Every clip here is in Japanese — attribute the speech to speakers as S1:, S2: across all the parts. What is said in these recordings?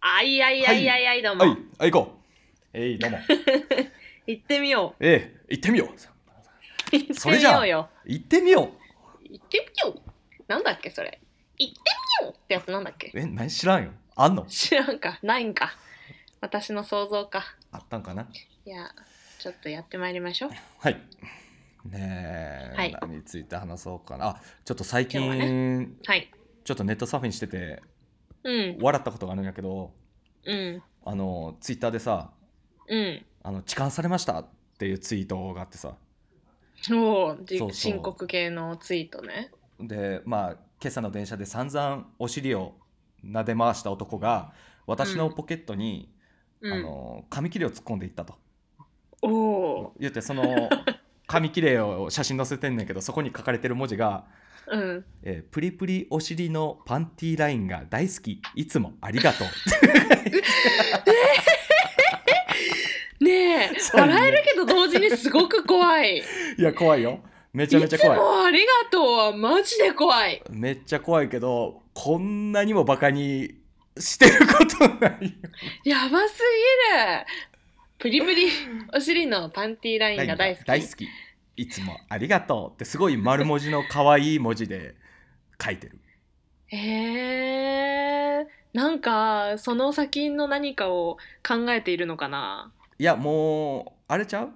S1: あいあいあいあいあい、どうも。
S2: はい、はい、行こう。えい、どうも。
S1: 行ってみよ
S2: ええ、行ってみよ
S1: う。行って
S2: それ
S1: み
S2: じゃ
S1: よ
S2: あ
S1: うよ。
S2: う。行ってみよう。
S1: 行ってみよう。なんだっけ、それ。行ってみようってやつなんだっけ。
S2: え、何知らんよ。あんの
S1: 知らんか、ないんか。私の想像か。
S2: あったんかない
S1: や、ちょっとやってまいりましょう。
S2: はい。ねえ、
S1: はい
S2: 何について話そうかな。あ、ちょっと最近、
S1: 今日ははい。
S2: ちょっとネットサーフィンしてて、
S1: うん、
S2: 笑ったことがあるんやけど、
S1: うん、
S2: あの、ツイッターでさ、
S1: うん。
S2: あの、痴漢されましたっていうツイートがあってさ、
S1: おお、じ
S2: そうそう
S1: 深刻系のツイートね。
S2: でまあ今朝の電車で散々お尻を撫で回した男が私のポケットに、
S1: う
S2: あ
S1: ん、
S2: の紙切れを突っ込んでいったと
S1: おお、
S2: 言ってそ の紙切れを写真載せてんねんけどそこに書かれてる文字が
S1: うん。
S2: 「えープリプリお尻のパンティーラインが大好きいつもありがとう」
S1: ねえ、
S2: そう
S1: 笑えるけど同時にすごく怖い。い
S2: いや怖いよめち
S1: つ
S2: ゃめちゃ怖い
S1: もありがとうはマジで怖い。
S2: めっちゃ怖いけどこんなにもバカにしてることないよ
S1: やばすぎるプリプリお尻のパンティーラインが大好き
S2: 大好きいつもありがとうってすごい丸文字の可愛い文字で書いてる
S1: へえなんかその先の何かを考えているのかない
S2: やもうあれちゃう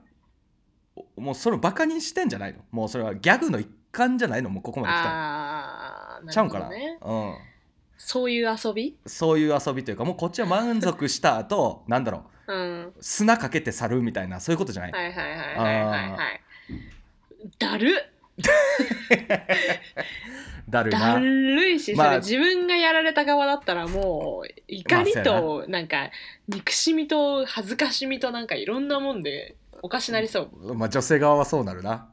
S2: おもうそれをバカにしてんじゃないのもうそれはギャグの一環じゃないのもうここまで来たの
S1: あー
S2: ちゃうんかな
S1: るほどね
S2: うん、
S1: そういう遊び
S2: そういう遊びというかもうこっちは満足した後なんだろ
S1: うん
S2: う砂かけて去るみたいなそういうことじゃない、
S1: はいはいはいはいはいはいだる
S2: だるい
S1: だ
S2: な
S1: るいし、
S2: まあ
S1: それ自分がやられた側だったらもう怒り
S2: まあそ
S1: となんか憎しみと恥ずかしみとなんかいろんなもんでおかしなりそう
S2: まあ女性側はそうなるな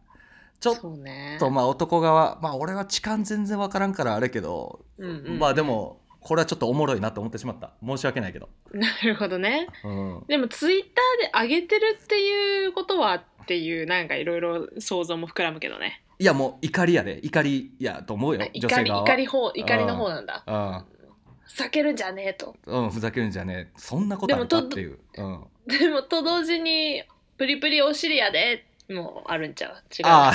S2: ちょっ
S1: そうね
S2: とまあ男側まあ俺は痴漢全然わからんからあれけど
S1: うんうん
S2: まあでもこれはちょっとおもろいなと思ってしまった申し訳ないけど、
S1: なるほどね
S2: うん、
S1: でもツイッターで上げてるっていうことはっていうなんかいろいろ想像も膨らむけどね
S2: いやもう怒りやで怒りやと思うよ
S1: あ怒
S2: 女性
S1: り
S2: 側は
S1: 怒り方怒りの方なんだ避けるんじゃねえと
S2: うん、うん、ふざけるんじゃねえそんなことあるかっていう、うん、あ
S1: でもと同時にプリプリお尻やでもうあるんちゃう違う
S2: あ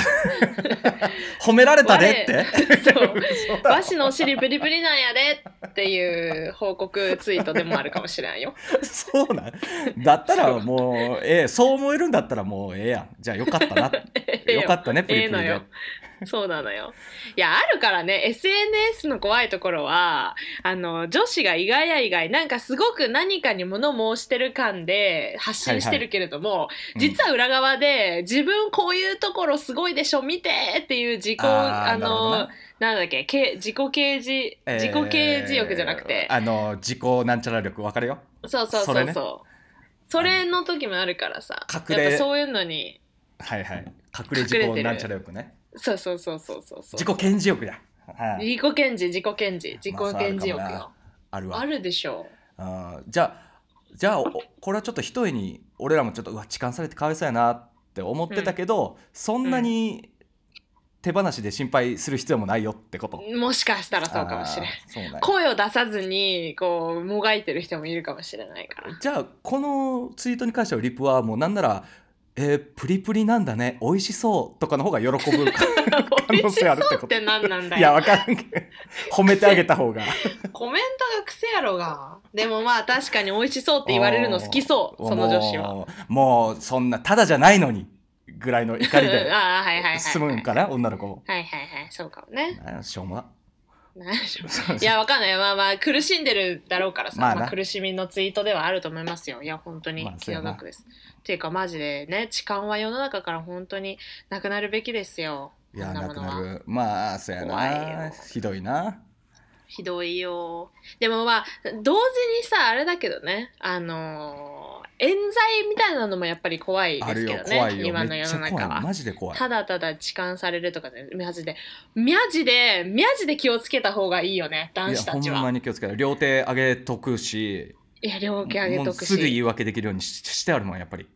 S2: 褒められたでって
S1: そう
S2: 嘘だ
S1: 和紙のお尻プリプリなんやでっていう報告ツイートでもあるかもしれんよ
S2: そうなんだったらもうええそう思えるんだったらもうええやんじゃあよかったなよかったね プ
S1: ええ
S2: リプ
S1: の
S2: リで
S1: よ。 そうなのよ。いや、あるからね、SNS の怖いところは、あの、女子が意外や意外、なんかすごく何かに物申してる感で発信してるけれども、
S2: うん
S1: 実は裏側で、自分こういうところすごいでしょ、見てっていう自己、
S2: あ
S1: あ
S2: ーなるほど
S1: の
S2: な、
S1: なんだっけ、け自己啓示、
S2: ええ
S1: 自己啓示欲じゃなくて、
S2: あの自己なんちゃら力分かるよ
S1: そうそうそうそ
S2: それ
S1: う。
S2: ね
S1: それの時もあるからさ、
S2: 隠れ
S1: やっぱそういうのに、
S2: はいはい隠れ
S1: 隠
S2: 自
S1: れて
S2: 己
S1: る
S2: なんちゃら力ね
S1: そうそうそうそうそうそう。
S2: 自己顕示欲だ、はい
S1: 自己顕示自己顕示自己顕示欲よ、
S2: まあそうあるかもなあるわ
S1: あるでしょ
S2: あーじゃあじゃあおこれはちょっと一重に俺らもちょっとうわ痴漢されてかわいそうやなって思ってたけど、そんなに手放しで心配する必要もないよってこと、
S1: うもしかしたらそうかもしれん
S2: あーそうなんや
S1: 声を出さずにこうもがいてる人もいるかもしれないから
S2: じゃあこのツイートに関してはリプはもうなんなら「えープリプリなんだね美味しそう」とかの方が喜ぶ
S1: 美
S2: 可能性あるって
S1: 味しそう
S2: こ
S1: っ
S2: と
S1: て何 なんだ
S2: いや
S1: よ
S2: わからんけど褒めてあげた方が
S1: コメントが癖やろがでもまあ確かに美味しそうって言われるの好き そうその女子は
S2: もうもうそんなただじゃないのにぐらいの怒りで
S1: ああ はいはいはい、はい、
S2: 済むんかな女の子も。
S1: はいはいはいそうかもね
S2: なんやしょうもな
S1: なんでしょういやわかんないまあまあ苦しんでるだろうからさ、
S2: まあな
S1: まあ苦しみのツイートではあると思いますよいや本当に
S2: まあそ
S1: 気
S2: うや
S1: の
S2: な
S1: 毒です、っていうかマジでね痴漢は世の中から本当になくなるべきですよ
S2: いや
S1: こんな
S2: な
S1: も
S2: く
S1: のは
S2: なるまあそうや
S1: 怖い
S2: な
S1: よ
S2: ひどいな
S1: ひどいよでもまあ同時にさあれだけどねあのー冤罪みたいなのもやっぱり怖い
S2: あ
S1: です
S2: る
S1: け
S2: よ
S1: ど
S2: 怖
S1: ね
S2: いよ
S1: 今の
S2: めっ
S1: 世
S2: ち
S1: の
S2: ゃ怖
S1: 中
S2: い
S1: は
S2: マジで怖い
S1: ただただ痴漢されるとかねマジでマジでマジで気をつけた方がいいよね
S2: い
S1: 男
S2: や
S1: 子
S2: ほ
S1: た
S2: ん
S1: ち
S2: ま
S1: は
S2: に気をつけて両手上げとくし
S1: いや両手上げ
S2: もう
S1: とく
S2: すぐ言
S1: し
S2: い訳できるようにししてあるもんやっぱり、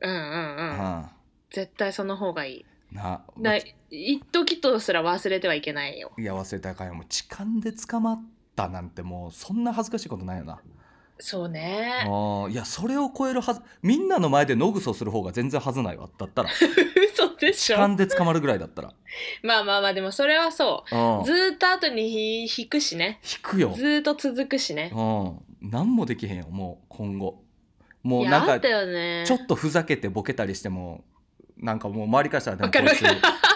S1: うんうん
S2: う
S1: うん
S2: ん
S1: 絶対その方がいい
S2: な
S1: だ一時とすら忘れてはいけないよ
S2: いや忘れたらあかんよもう痴漢で捕まったなんてもうそんな恥ずかしいことないよな
S1: そう
S2: あ
S1: ね。
S2: ーいやそれを超えるはずみんなの前で野グソする方が全然はずない わだったら
S1: 嘘でしょ
S2: 勘で捕まるぐらいだったら、
S1: まあまあまあでもそれはそうう。
S2: ん、
S1: ず
S2: 引
S1: ーっと後にひ引くしね。
S2: くよ
S1: ず、ーっと続くしね。
S2: うん、何もできへんよもう今後も
S1: いうや
S2: な
S1: あ
S2: ん
S1: った
S2: か
S1: よね。
S2: ちょっとふざけてボケたりしてもなんかもう周りからしたらでも
S1: わかる
S2: こい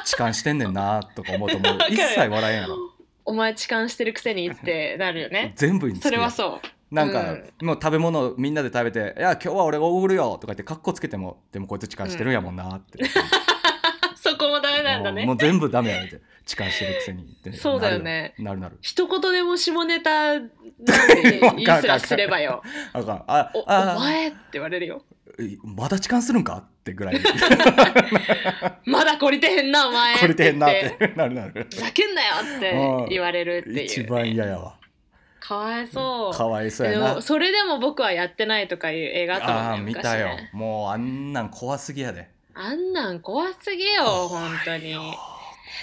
S2: つ痴漢してんねんなとか思うともう
S1: わかる
S2: 一切笑えんやろ。
S1: お前痴漢してるくせにってなるよね
S2: 全部につく
S1: それはそう。
S2: なんか、もう食べ物みんなで食べて「いや今日は俺がおごるよ」とか言ってカッコつけても「でもこいつ痴漢してるんやもんな」って、
S1: そこもダメ なんだ
S2: も
S1: ね
S2: う。全部ダメやめて痴漢してるくせにって
S1: そうだよね
S2: なるなる
S1: 一言でも下ネタなんで
S2: わかる
S1: いいすらすればよ。
S2: なるあかんあ
S1: おお
S2: あ
S1: 前って言われるよ。
S2: えまだ痴漢するんかってぐらい
S1: まだこりてへんな、お前。
S2: これてへんなっ
S1: 言って。
S2: てなるなる
S1: ふざけんなよって言われるって
S2: 一
S1: いう。
S2: 番嫌やわ
S1: かわいそう。
S2: かわいそうや
S1: でも
S2: な
S1: それでも僕はやってないとかいう映画あった
S2: あ
S1: も
S2: あー
S1: んね
S2: 見
S1: 昔
S2: たよ
S1: ね
S2: もうあんなん怖すぎやで
S1: あんなん怖すぎよ本当に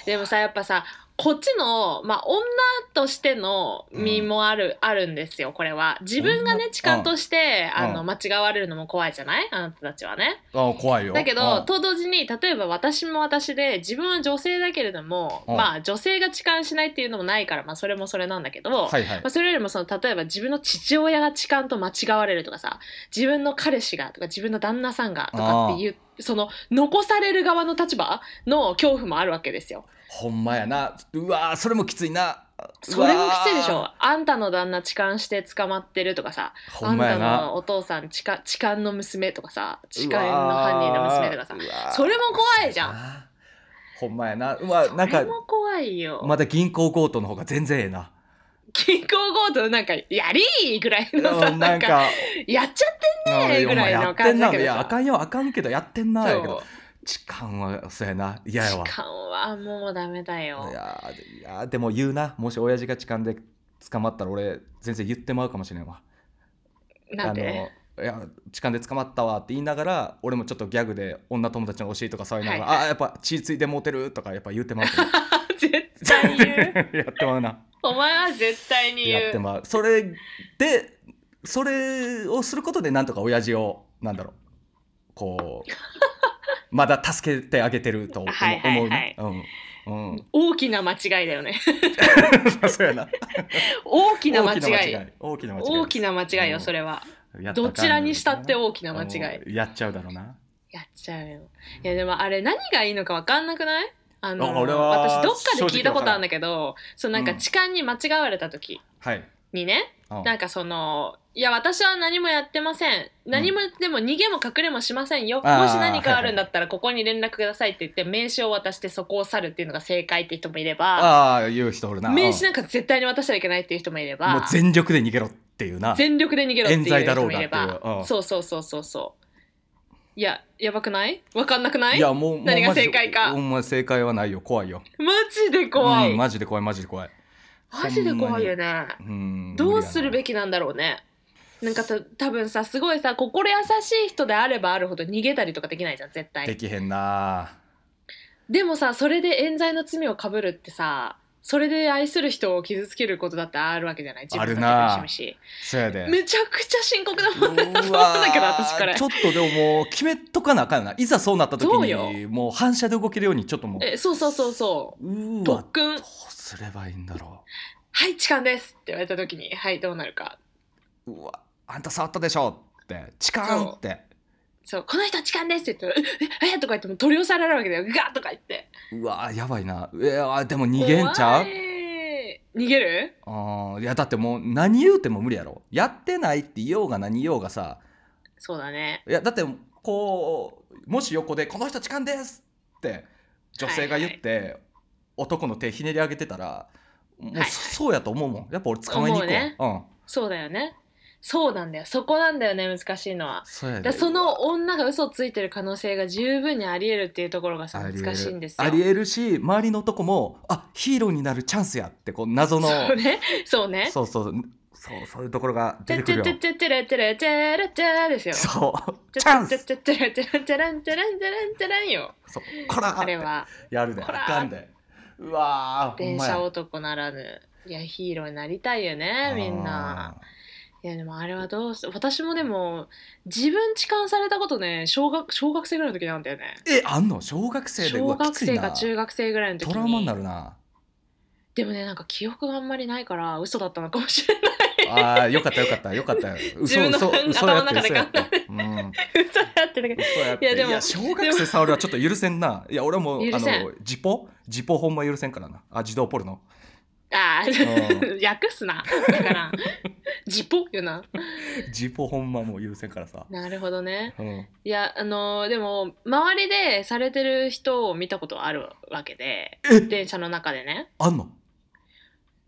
S1: でもさやっぱさこっちの、まあ、女としての身もある、あるんですよこれは自分がね
S2: 女
S1: 痴漢として、
S2: うん
S1: あの間違われるのも怖いじゃないあなたたちはね
S2: あ怖いよ
S1: だけ
S2: う
S1: ど
S2: ん
S1: と同時に例えば私も私で自分は女性だけれども、
S2: うん
S1: まあ女性が痴漢しないっていうのもないから、まあ、それもそれなんだけど、
S2: はいはい
S1: まあ、それよりもその例えば自分の父親が痴漢と間違われるとかさ自分の彼氏がとか自分の旦那さんがとかっていうその残される側の立場の恐怖もあるわけですよ。
S2: ほんまやなうわーそれもきついな
S1: それもきついでしょあんたの旦那痴漢して捕まってるとかさ
S2: ほ
S1: あ
S2: ん
S1: ん
S2: ま
S1: た
S2: やな
S1: のお父さん痴漢痴漢の娘とかさ痴漢の犯人の娘とかさそれも怖いじゃん。
S2: んほんまやなうわなん
S1: そ
S2: か
S1: れも怖いよ。
S2: まだ銀行強盗の方が全然ええな
S1: 銀行強盗なんか「やりー!」ぐらいのさ
S2: うん
S1: なんか「やっちゃっねえ
S2: うん
S1: ぐらいの
S2: お前やってんな
S1: 感じだけどさ
S2: いやあかんよあかんけどやってんな
S1: た
S2: やけ
S1: そう
S2: ど痴漢はそうやな嫌やわ
S1: 痴漢はもうダメだよ。
S2: いやーいやーでも言うなもし親父が痴漢で捕まったら俺全然言ってまうかもしれんわ
S1: なんで
S2: あのいや痴漢で捕まったわって言いながら俺もちょっとギャグで女友達の教えとかそういうのがら、
S1: はい
S2: あーやっぱ血ついてモテるとかやっぱ言ってまうと思
S1: 絶対 言う
S2: う やってまうな
S1: お前は絶対に
S2: や
S1: 言
S2: って
S1: う
S2: まうそれでそれをすることでなんとか親父をなんだろうこ うまだ助けてあげてると思う
S1: はいはいはい
S2: 思うねうんうん、
S1: 大きな間違いだよね
S2: そうやな
S1: 大きな間違い
S2: 大きな間違い
S1: 大きな間違いよそれはどちらにしたって大きな間違い
S2: いやっちゃうだろうな
S1: やっちゃうよいやでもあれ何がいいのか分かんなくないあの
S2: あ俺は
S1: 私どっかで聞いたことあるんだけどそうなんか
S2: うん
S1: 痴漢に間違われた時
S2: はい
S1: にね、
S2: うん
S1: なんかそのいや私は何もやってません何も、でも逃げも隠れもしませんよ
S2: あー
S1: もし何かあるんだったらここに連絡くださいって言って名刺を渡してそこを去るっていうのが正解って人もいれば
S2: ああ言う人おるな
S1: 名刺なんか絶対に渡しちゃいけないっていう人もいれ
S2: うんもう
S1: ば
S2: 全力で逃げろっていうな
S1: 全力で逃げろっていう
S2: 冤罪だ
S1: 人
S2: ろ
S1: も
S2: うが
S1: い
S2: ってい
S1: れ
S2: う
S1: ば
S2: うん
S1: そうそうそうそうそういややばくないわかんなくない
S2: いやもうもう
S1: 何が
S2: マジで
S1: 正解か
S2: ほんま正解はないよ怖いよ
S1: マジで怖い、
S2: うんマジで怖いマジで怖い
S1: マジで怖いよね
S2: うん
S1: どうするべ
S2: き
S1: きなんだろうねなんかた多分さすごいさ心優しい人であればあるほど逃げたりとかできないじゃん絶対
S2: できへんな
S1: でもさそれで冤罪の罪をかぶるってさそれで愛する人を傷つけることだってあるわけじゃない自分の
S2: あるな
S1: 苦し
S2: そやで
S1: みしめちゃくちゃ深刻な 問題だと思うん
S2: うわ
S1: だけど私これ
S2: ーちょっとでももう決めとかなあかんよないざそうなった時
S1: そうよ
S2: にもう反射で動けるようにちょっともう
S1: えそうそうそうそう
S2: うーわ
S1: 特訓
S2: どうすればいいんだろ
S1: はい痴漢ですって言われた時にはいどうなるか
S2: ううわあんた触ったでしょって痴漢って
S1: そうこの人は痴漢ですって言って「えええとか言っても取り押さえられるわけだよガーッとか言って
S2: うわやばいなうわでも逃げんちゃ
S1: 怖
S2: う
S1: い逃げる
S2: あーいやだってもう何言うても無理やろやってないって言おうが何言おうがさ
S1: そうだね
S2: いやだってこうもし横で「この人痴漢です!」って女性が言って、男の手ひねり上げてたらもうそ,、
S1: はい
S2: そうやと思うもんやっぱ俺捕まえに行くわ、うん
S1: そうだよねそうなんだよそこなんだよね難しいのは
S2: そうや
S1: だ
S2: で
S1: その女が嘘をついてる可能性が十分にありえるっていうところがさ
S2: ありえる
S1: 難しいんですよ。
S2: ありえるし周りの男もあヒーローになるチャンスやってこう謎の
S1: そうね。そうね。
S2: そうそうそうそういうところが
S1: て
S2: 出
S1: って
S2: く
S1: て
S2: る
S1: て
S2: よ
S1: ててれてれてれてれですよ。
S2: そう
S1: て
S2: チャン
S1: て
S2: ス
S1: ててれてれてれんてれんてれんてれんよ。
S2: そうこらー
S1: あれは
S2: やるであ
S1: こらー
S2: かんでうわーほ
S1: 電
S2: んまや
S1: 車男ならぬ。いやヒーローになりたいよねみんな。
S2: あ
S1: いやでもあれはどうして私もでも自分痴漢されたことね小学小学生ぐらいの時なんだよね
S2: えあんの小学生でう
S1: 小
S2: わき
S1: 学
S2: つい
S1: 生か
S2: な
S1: 中学生ぐらいの時に
S2: トラウマになるな
S1: でもねなんか記憶があんまりないから嘘だったのかもしれな い
S2: あーよかったよかったよかった
S1: 自
S2: 嘘
S1: 分の
S2: 嘘嘘
S1: 頭
S2: や
S1: の
S2: っ
S1: 中で
S2: て嘘やってうん
S1: 嘘だってなんか
S2: 嘘やって
S1: い
S2: い
S1: や
S2: や
S1: でも
S2: 小学生触るはちょっと許せんないや俺はもうあ
S1: 許せん
S2: のジポジポ本も許せんからなあ自動ポルノ
S1: あ
S2: う
S1: あ訳すなだからジポよな
S2: ジポ本まもう許せんからさ
S1: なるほどね
S2: うん
S1: いやあのーでも周りでされてる人を見たことはあるわけで
S2: え
S1: 電車の中でね
S2: あんの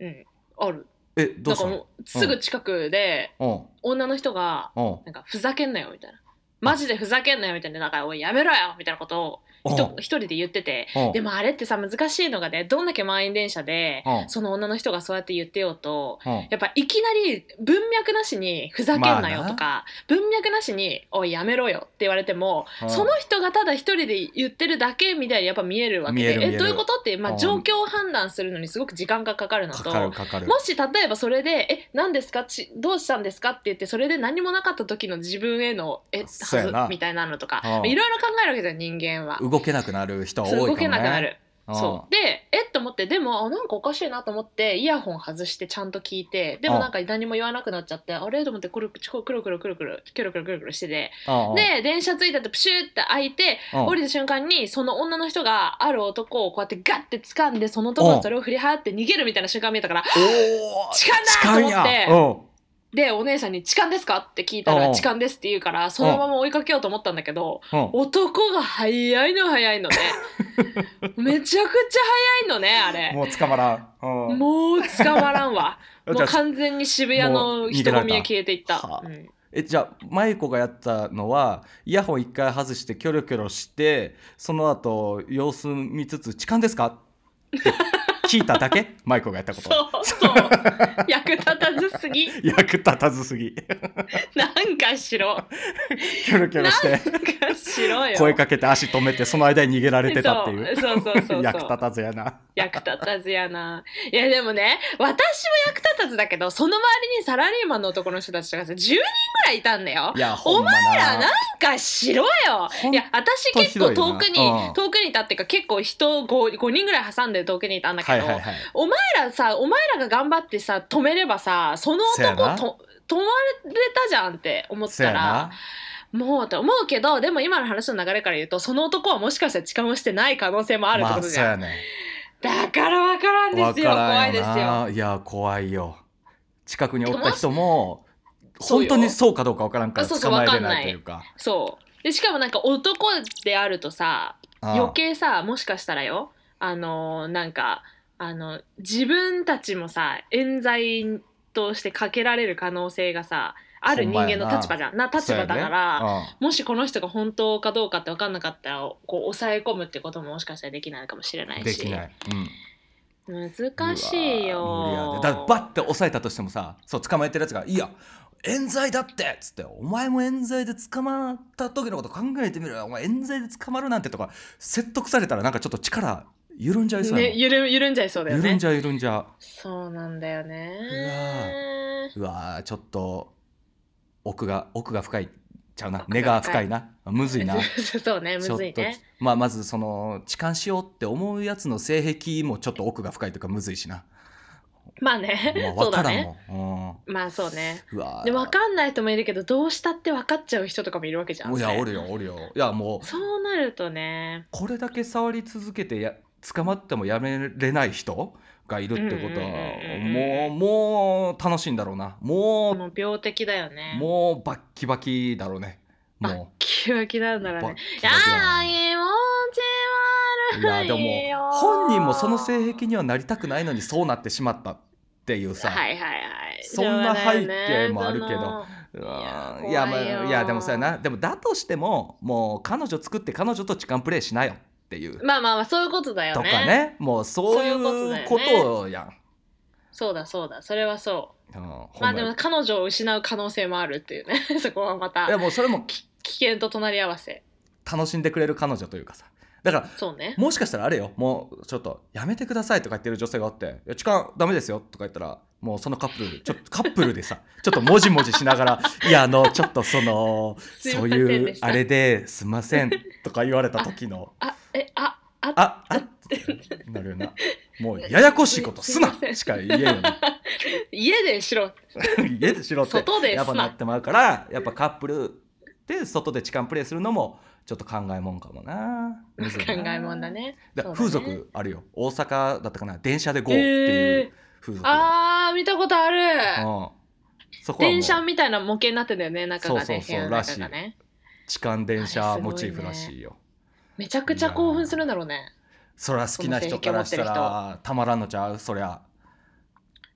S1: うんある
S2: えど
S1: だ
S2: う
S1: か
S2: した
S1: ら
S2: の
S1: もうすぐ近くで
S2: うん
S1: 女の人が
S2: うん
S1: なんかふざけんなよみたいなマジでふざけんなよみたいななんかおいやめろよみたいなことをひと一人で言ってて
S2: うん
S1: でもあれってさ難しいのがねどんだけ満員電車で
S2: うん
S1: その女の人がそうやって言ってようと
S2: うん
S1: やっぱいきなり文脈なしにふざけんなよとか文脈なしにおいやめろよって言われても
S2: うん
S1: その人がただ一人で言ってるだけみたいにやっぱ見えるわけ
S2: 見える見え
S1: でえ
S2: る
S1: どういうことってま
S2: う
S1: あ
S2: ん
S1: 状況を判断するのにすごく時間がかかるの
S2: か
S1: と
S2: かるかかる
S1: もし例えばそれで「え何ですかちどうしたんですか?」って言ってそれで何もなかった時の自分への「えは
S2: そうや
S1: ず
S2: な」
S1: みたいなのとか
S2: うん
S1: いろいろ考えるわけじゃん人間は。
S2: 動けなくなる人は多い
S1: そ
S2: か
S1: う
S2: もね
S1: 動けなくなる。
S2: うん
S1: そうでえっと思ってでもあなんかおかしいなと思ってイヤホン外してちゃんと聞いてでも
S2: うん
S1: なんか何も言わなくなっちゃってあれと思ってくるくるくるくるくるくるくるくるくるくるしてて
S2: うんうん
S1: で電車着いたってプシューって開いて
S2: うん
S1: 降りた瞬間にその女の人がある男をこうやってガッて掴んでその男がそれを振り払って逃げるみたいな瞬間見えたから
S2: おー
S1: 痴漢だと思って
S2: 痴漢やうん
S1: でお姉さんに「痴漢ですか?」って聞いた
S2: う
S1: ら「
S2: ん
S1: 痴漢です」って言うからそのまま追いかけようと思ったんだけど
S2: うん
S1: 男が早いの早い のねめちゃくちゃ早いのねあれ
S2: もう捕まらん。うん
S1: もう捕まらんわも
S2: じゃ
S1: う
S2: あ
S1: 完全に渋谷
S2: も
S1: の
S2: う逃
S1: 人
S2: げられた
S1: 混みへ消えていった
S2: はあ
S1: うん
S2: えじゃあ舞子がやったのはイヤホン一回外してキョロキョロしてその後様子見つつ「痴漢ですか?」って聞いた だけ舞子がやったこと
S1: そうそう役立たずす ぎ
S2: 役立たずすぎ
S1: なんかしろ
S2: キョロキョロして
S1: なんかしろよ
S2: 声かけて足止めてその間に逃げられてたっていう
S1: そうそうそうそうそう
S2: 役立たずやな
S1: 役立たずやな。いやでもね、私も役立たずだけど、その周りにサラリーマンの男の人たちがさ、10人ぐらいいたんだよ
S2: い。やほ
S1: お
S2: んま
S1: 前ら
S2: な
S1: なんかしろよ
S2: ほん
S1: いや私結構遠く
S2: ひ
S1: に、
S2: どいなうん
S1: 遠くにいたっていうか結構人 5, 5人ぐらい挟んで遠くにいたんだけ
S2: はい
S1: ど、
S2: はいはい
S1: お前らさお前らが頑張ってさ止めればさその
S2: せや
S1: 男
S2: な
S1: と止まれたじゃんって思っ
S2: そや
S1: たら
S2: な
S1: もうと思うけどでも今の話の流れから言うとその男はもしかしたら痴漢をしてない可能性もあるって
S2: ま
S1: こと
S2: あそう
S1: じゃん、
S2: やね
S1: だからわからんですよ
S2: わから
S1: 怖
S2: ん
S1: いですよ
S2: ないや怖いよ近くにおった人も
S1: そう
S2: 本
S1: よ
S2: 当にそうかどうかわからんから
S1: そうそ
S2: 捕
S1: う
S2: まえれ
S1: わかんな
S2: ないいというか
S1: そうでしかもなんか男であるとさ
S2: ああ
S1: 余計さもしかしたらよあのーなんかあの自分たちもさ冤罪としてかけられる可能性がさある人間の立場じゃんな立
S2: そう
S1: 場
S2: やね
S1: だから、
S2: う
S1: もしこの人が本当かどうかって分かんなかったらこう抑え込むってことももしかしたらできないかもしれなんい
S2: で
S1: し
S2: きない、うん、
S1: 難しいう
S2: わ
S1: よ
S2: 無理やでだバッて押さえたとしてもさそう捕まえてるやつが「いや冤罪だって!」っつって「お前も冤罪で捕まった時のこと考えてみろよお前冤罪で捕まるなんて」とか説得されたらなんかちょっと力緩んじゃいそうや
S1: ね、
S2: もん
S1: 緩緩んじゃいそうだよね
S2: 緩んじゃう緩んじゃう
S1: そうなんだよね
S2: うわーちょっと奥が奥が深いちゃうな
S1: 奥が深い
S2: 根が深いなむずいな
S1: そうねむずい
S2: ちょっ
S1: ね
S2: とまあまずその痴漢しようって思うやつの性癖もちょっと奥が深いというかむずい しな、
S1: まあね
S2: ま
S1: そ
S2: あ、分
S1: うだ
S2: からん
S1: ね
S2: もん、
S1: まあそうね
S2: うん、うわー
S1: で分かんない人もいるけどどうしたって分かっちゃう人とかもいるわけじゃん
S2: いや
S1: それ
S2: おるよおるよいやもう
S1: そうなるとね
S2: これだけ触り続けてや捕まってもやめれない人がいるってことは、
S1: うんうんうんうん
S2: もうもう楽しいんだろうなもう、
S1: もう病的だよねう
S2: もうバッキバキだろうね
S1: バッ
S2: も
S1: キバキなん
S2: う
S1: だろう
S2: バ
S1: ね
S2: ッキ
S1: いや
S2: バキだな
S1: ー気持
S2: い
S1: ち悪
S2: や
S1: い
S2: で
S1: よ
S2: も本人もその性癖にはなりたくないのにそうなってしまったっていうさ、
S1: はいはいはい
S2: そんな背景もあるけど
S1: しょうがないう
S2: わー
S1: い
S2: い
S1: や
S2: や,、
S1: 怖いよ
S2: まあ、いやでもさなでもだとしてももう彼女作って彼女と痴漢プレイしなよっていう、
S1: ねまあまあまあそういうことだよね
S2: とかねもうそうい
S1: そういう
S2: う
S1: こ
S2: こと
S1: だよね
S2: とやん。
S1: そうだそうだそれはそう
S2: うんほ
S1: まあ
S2: んま
S1: で
S2: や
S1: も彼女を失う可能性もあるっていうね そこはまた
S2: いやもうそれも
S1: き危険と隣り合わせ
S2: 楽しんでくれる彼女というかさだから
S1: そうね
S2: もしかしたらあれよもうちょっとやめてくださいとか言ってる女性があって「いや痴漢ダメですよ」とか言ったら「もうそのカップルちょっ とカップルでさちょっともじもじしながら「いやあのちょっとその
S1: すいませ
S2: そうん
S1: でした
S2: いうあれですんません」とか言われた時の
S1: あえあ
S2: 「ああなる よなもうややこしいことすな
S1: すいません
S2: しか言えよな
S1: 家でしろ
S2: 家でしろって
S1: 外ですな
S2: やっぱなってまうからやっぱカップルで外で痴漢プレイするのもちょっと考えもんかもなむず
S1: 考
S2: いな
S1: えもんだね
S2: だ
S1: そうだね
S2: 風俗あるよ大阪だったかな電車で GO っていう風俗が、
S1: あー見たことある
S2: うん、そこはもう
S1: 電車みたいな模型になってたよね中が
S2: そう
S1: ね
S2: そう
S1: 部
S2: そう
S1: 屋の中がね
S2: 痴漢電車モチーフらしいよ
S1: めちゃくちゃ興奮するんだろうね
S2: そりゃ好きな人からしたらたまらんのちゃうそりゃ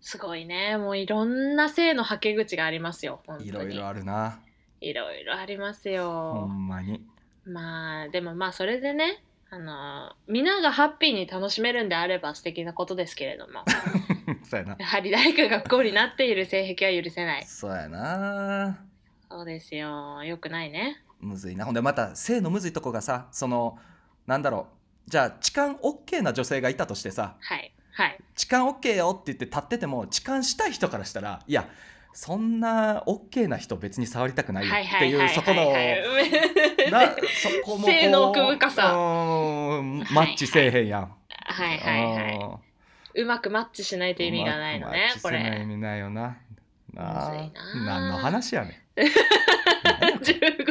S1: すごいねもういろんな性のはけ口がありますよ本当に
S2: いろいろあるな
S1: るいろいろあります
S2: ほ
S1: よ、
S2: んまに
S1: まあでもまあそれでねあの皆がハッピーに楽しめるんであれば素敵なことですけれ ども
S2: そうやな
S1: やはり誰かが不幸になっている性癖は許せない
S2: そうやな
S1: そうですよよくないね
S2: むずいなほんでまた性のむずいとこがさそのなんだろうじゃあ痴漢 OK な女性がいたとしてさ
S1: はいはい
S2: 痴漢 OK よって言って立ってても痴漢したい人からしたらいやそんな OK な人別に触りたくないよ
S1: はい
S2: っ
S1: は
S2: て
S1: い
S2: い
S1: は
S2: う
S1: い
S2: そこ
S1: はい
S2: の
S1: はい
S2: なそ こもこう
S1: 性の奥深さ
S2: うーんマッチせえへんやん
S1: はいはいはい
S2: うん
S1: うまくマッチしないと意味がないのねこ
S2: うまくマッチせない意
S1: れ
S2: 味ないよな。なあ
S1: むずいな
S2: 何の話やねん。 何や
S1: 15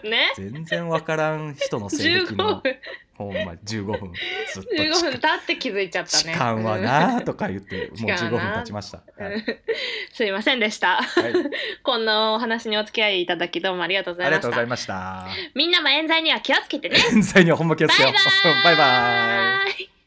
S1: 分ね
S2: 全然わからん人の性
S1: 15
S2: 癖の
S1: 分
S2: ほんま15分ずっと
S1: 15分
S2: 痴
S1: 経って気づいちゃった
S2: 痴
S1: ね
S2: 漢はなとか言ってもう
S1: 痴
S2: 15
S1: 漢はな
S2: 分経ちました。
S1: うん
S2: はい
S1: うん すいませんでした
S2: はい
S1: こんなお話にお付き合いいただきどうもありがとうござ
S2: あ
S1: いま
S2: りがとう
S1: し
S2: ござい
S1: た
S2: ました。
S1: みんなも冤罪には気をつけてね
S2: 冤罪にはほんま気をつけよう。
S1: バイバ
S2: バイバイ
S1: ーイ